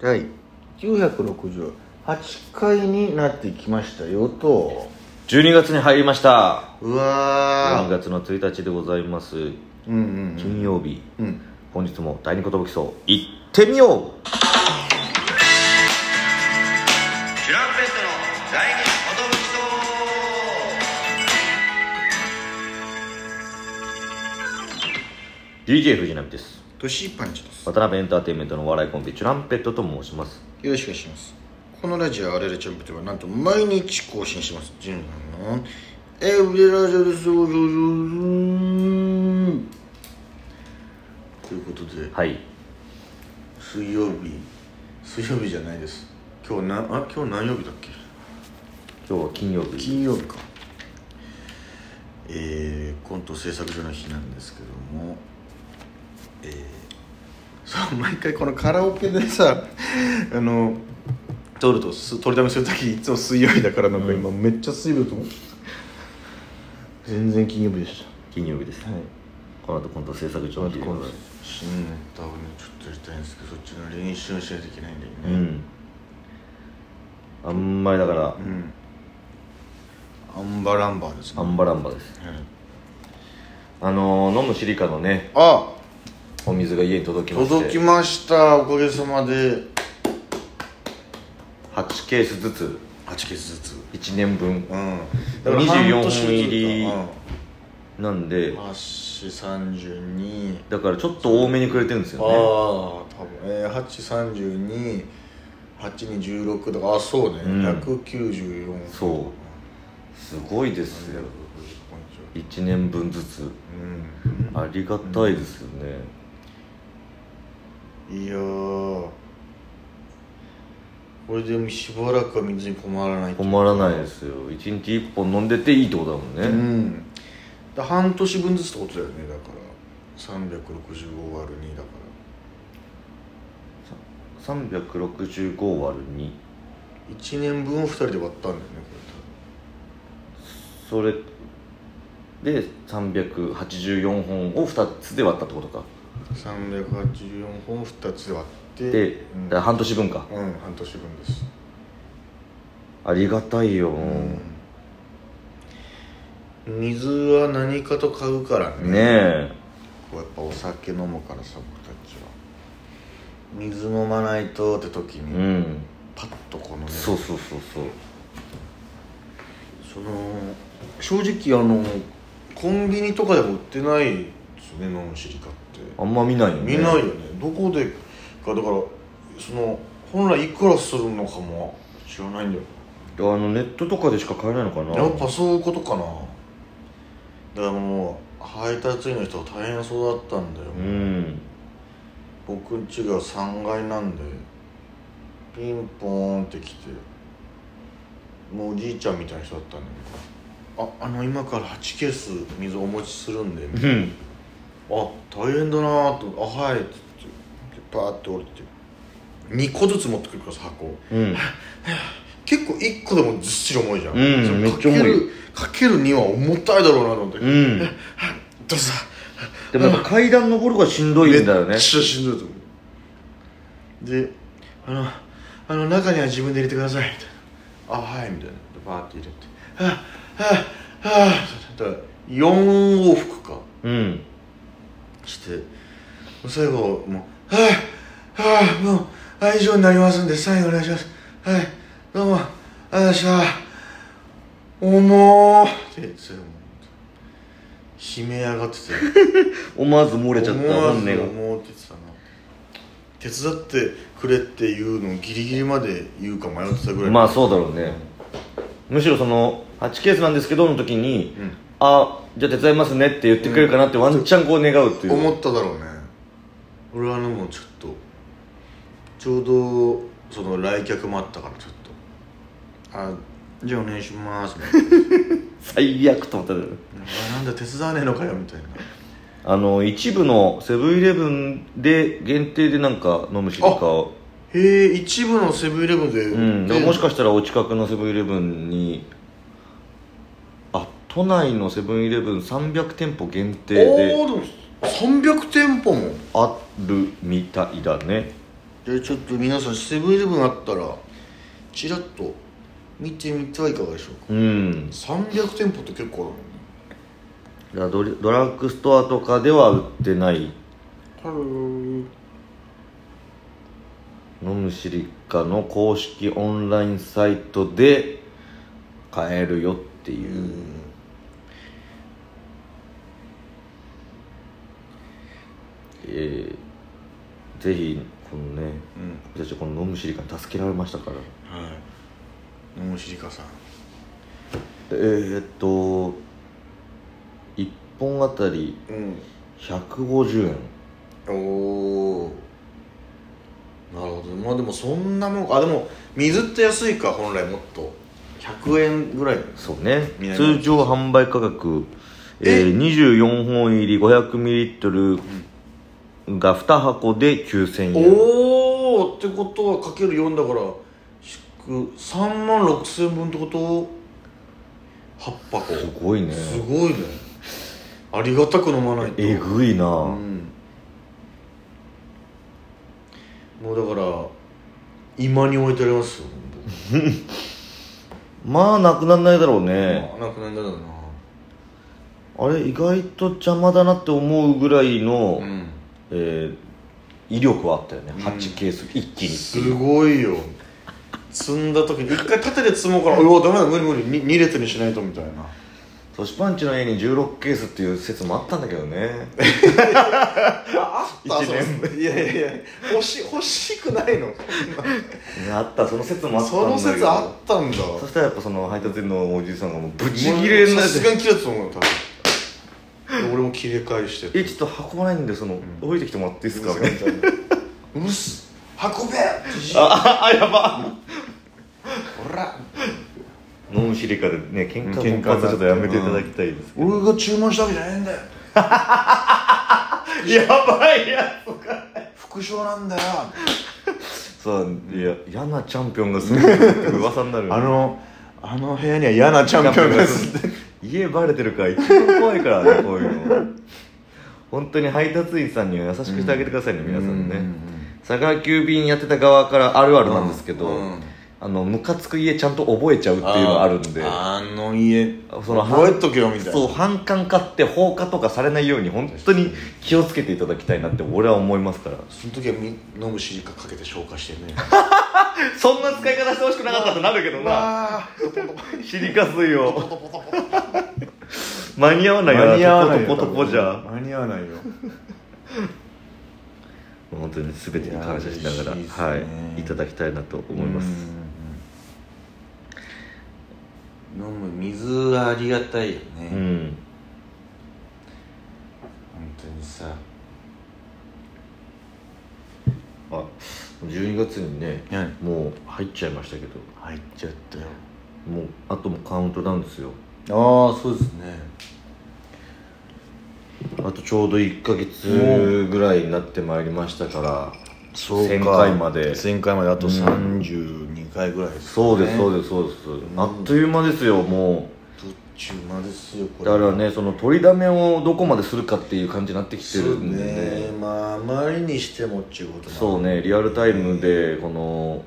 第968回になってきましたよと12月に入りましたう12わー月の1日でございますうんうん金曜日うんうん本日も第二言武器層行ってみようチュランペットの第二ほどき DJ 藤波ですとしパンチです渡辺エンターテインメントのお笑いコンビチュランペットと申しますよろしくお願いしますこのラジオ「あれれチャンピオン」はなんと毎日更新してます順番のエブリラジオですおということではい水曜日水曜日じゃないです今日なあ今日何曜日だっけ今日は金曜日金曜日かえー、コント制作所の日なんですけどもえー、そう毎回このカラオケでさ あの撮るとす撮りためする時いつも水曜日だからなんか今、めっちゃ水曜日だと思う全然金曜日でし金曜日です、はいこの後今度制作た長っていうことで新ネタをねちょっとやりたいんですけどそっちの練習をしないといけないんだよねうんあんまりだからうんアンバランバーですねアンバランバですはいあのー、飲むシリカのねあお水が家に届きまして届きましたおかげさまで8ケースずつ8ケースずつ1年分うんだから半24年入りうんなんで832だからちょっと多めにくれてるんですああよね多分えー、832 8に16だからあそうね、うん194そうすごいですよう1年分ずつんありがたいですよね、いやーこれでもしばらくは水に困らない困らないですよ1日1本飲んでていいってことだもんね、うんだ半年分ずつってことだよねだから365割る2だか365割る2ら1年分を2人で割ったんだよねそれで384本を2つで割ったってことかこれ多分384本を2つで割ってで、うん、だから半年分かうん半年分ですありがたいよ、水は何かと買うからねねえこうやっぱお酒飲むからさ僕たちは水飲まないとって時うに、んパッとこのねそうそうそうそうその正直あのコンビニとかでも売ってないですねノンシリカってあんま見ないよね見ないよねどこでかだからその本来いくらするのかも知らないんだよあのネットとかでしか買えないのかなやっぱそういうことかなだからもう配達員の人は大変そうだったんだよ、うん僕ん家が3階なんでピンポーンって来てもうおじいちゃんみたいな人だったんだけど「ああの今から8ケース水お持ちするんで」みたいなうんあ大変だなと「あはい」っつってパーって降りて2個ずつ持ってくるからさ箱うん結構1個でもずっしり重いじゃん、うんそれめっちゃ重いかけるかける2は重たいだろうなと思って、うど んうぞでもやっぱ階段登るのがしんどいんだよめねっちゃしんどいと思うであのあの中には自分で入れてくださいみたいなあはいみたいなでバーって入れてはあはあはあだから4往復かうんして最後もう「はいはいもうあ以上になりますんでサインお願いしますはいどうもありがとうございました重ーってそれも悲鳴上がってて思わず漏れちゃった思わ本ず音が思ってたな手伝ってくれっていうのをギリギリまで言うか迷ってたぐらいまあそうだろうねむしろその8ケースなんですけどの時に、うんあじゃあ手伝いますねって言ってくれるかなってワンチャンこう願うっていう、思っただろうね俺はあのもうちょっとちょうどその来客もあったからちょっとあじゃあお願いしますみたいな最悪と思ったよあなんだ手伝わねえのかよみたいなあの一部のセブンイレブンで限定でなんか飲むしかをへえ一部のセブンイレブンで、うん、だからもししかしたらお近くのセブンイレブンにあ都内のセブンイレブン300店舗限定おでおでも300店舗もあるみたいだねいでちょっと皆さんセブンイレブンあったらちらっと見てみてはいかがでしょうかうん300店舗って結構あるもんねだからドリドラッグストアとかでは売ってないハロー飲むシリカの公式オンラインサイトで買えるよっていう、えーぜひこのねうん私たちはこの飲むシリカに助けられましたからはい野茂かさんえー、っと1本あたりうん150円おおなるほどまあでもそんなもんかあでも水って安いか本来もっと100円ぐらいそうね南の通常販売価格、えー、24本入り 500ml が2箱で9000円おおってことはかける4だから3万6000分ってこと8箱すごいねすごいねありがたく飲まないとえぐいな、うんもうだから今に置いてありますよまあなくならないだろう僕ね、まあなくなんだろうあれ意外と邪魔だなって思うぐらいの、なうんえー威力はあったよね、うん8ケース一気にってすいうごいよ積んだ時に一回縦で積もうから「うわダメだ無理無理に2列にしないと」みたいなトシパンチの家に16ケースっていう説もあったんだけど ねあったいやいやいや欲し欲しくないのあったその説もあったそんだのけど説あったんだそしたらやっぱその配達員のおじいさんがもうブチ切れになさっすてがに切れたと思うよ多分で俺も切れ返してえちょっと運ばないんでその、置いてきてもらっていいですか みたいなうっす運べああやばほらノンシリカでね喧嘩喧嘩喧嘩ちょっとやめていただきたいですけど、俺が注文したわけじゃねえんだよやばいやつ副賞なんだよさあいや嫌なチャンピオンが住んでるって噂になるあ のあの部屋には嫌なチャンピオンが住んでる家バレてるから一番怖いからねこういうの本当に配達員さんには優しくしてあげてくださいね、皆さんうんうんうねん佐川急便やってた側からあるあるなんですけど、うんうんあのムカつく家ちゃんと覚えちゃうっていうのあるんであーあの家その覚えとけよみたいなそう反感買って放火とかされないように本当に気をつけていただきたいなって俺は思いますからその時はみ飲むシリカかけて消化してねそんな使い方してほしくなかったってなるけどなあシリカ水を間に合わないよ間に合わないよトコトコトコじゃ間に合わないよ本当に全てに感謝しながらいや嬉しいですねはいいただきたいなと思いますうん飲む水はありがたいよね、うん、本当にさあ12月にねはいもう入っちゃいましたけど入っちゃったよもうあともうカウントダウンですよああそうですねあとちょうど1か月ぐらいになってまいりましたから1000回まで1000回まであと32回ぐらいですかねそうですそううですそうです、あっという間ですよもですどっちまですよこうれだからねその取りだめをどこまでするかっていう感じになってきてそるうんでねねまああまりにしてもっちゅうことなんでそうねリアルタイムでこの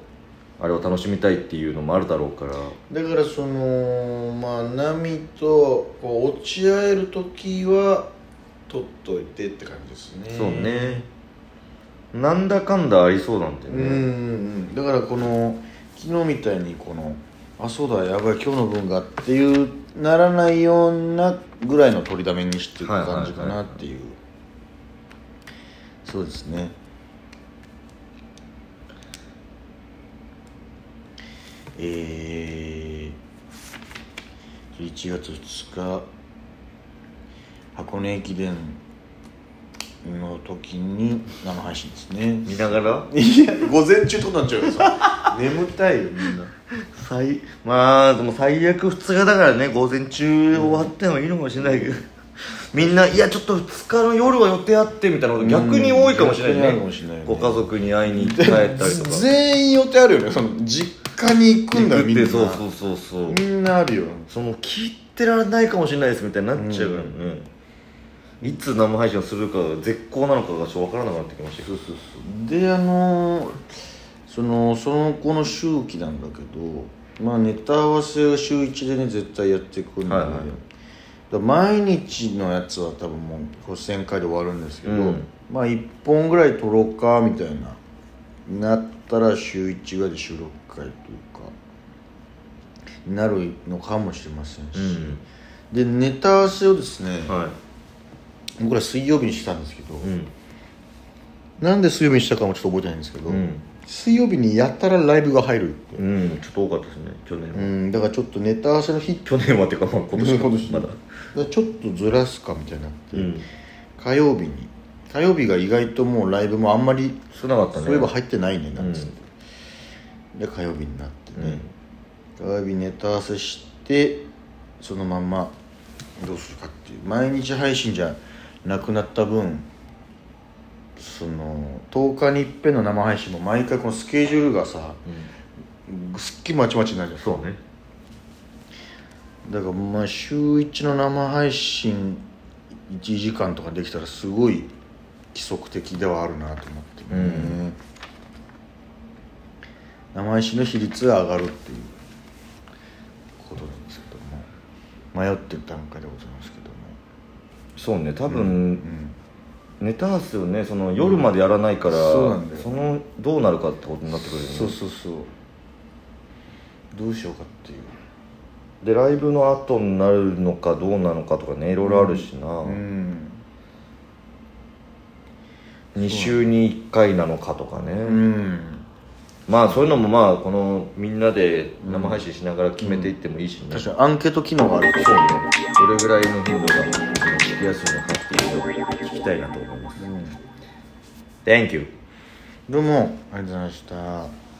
あれを楽しみたいっていうのもあるだろうからだからそのまあ波とこう落ち合える時は取っといてって感じですねそうねなんだかんだありそうなんでうんうんねうんだからこの昨日みたいにこのあそうだやばい今日の分がっていうならないようなぐらいの取りだめにしていくはいはいはい感じかなっていうそうですねえー、1月2日箱根駅伝の時に生配信ですね見ながらいや午前中とかになっちゃうよさ 眠たいよみんな最まあでも最悪2日だからね午前中終わってもいいのかもしれないけどみんないやちょっと2日の夜は予定あってみたいなこと逆に多いかもしれなういん逆に多いかねもしれないねご家族に会いに行って帰ったりとか全員予定あるよねその実家に行くんだよ行くみっんなてそうそうそうそうみんなあるよその聞いてられないかもしれないですみたいになっちゃうからね、いつ生配信をするかが絶好なのかがちょっと分からなくなってきましたけそどうそうそうであのそのその子の周期なんだけどまあネタ合わせは週1でね絶対やっていくんで、はいはいだ毎日のやつは多分もう5000回で終わるんですけど、うんまあ1本ぐらい撮ろうかみたいななったら週1ぐらいで収録回というかなるのかもしれませんし、でネタ合わせをですね、は僕ら水曜日にしたんですけど、いうんなんで水曜日にしたかもちょっと覚えてないんですけど、うん水曜日にやたらライブが入るって、うんちょっと多かったですね去年は、うん、だからちょっとネタ合わせの日去年はっていうかまあ今年か今年まだだからちょっとずらすかみたいになって、うん火曜日に火曜日が意外ともうライブもあんまり少なかったそねういえば入ってないねなんつって、で火曜日になってうねん、火曜日ネタ合わせしてそのまんまどうするかっていう毎日配信じゃなくなった分その10日に一遍の生配信も毎回このスケジュールがさすっきりまちまちになるじゃんそうねだからまあ週1の生配信1時間とかできたらすごい規則的ではあるなと思って、ね生配信の比率が上がるっていうことなんですけども迷ってる段階でございますけどもそうね多分、うんネタ合わせをねその夜までやらないから、そうなんだよそのどうなるかってことになってくるよねそうそうそうどうしようかっていうでライブの後になるのかどうなのかとかねいろいろあるしな、うん2週に1回なのかとかね、うんまあそういうのもまあこのみんなで生配信しながら決めていってもいいしね、確かにアンケート機能があるからそうねどれぐらいの頻度が聞きやすいのかっていうのを聞きたいなと思います、Thank you どうもありがとうございました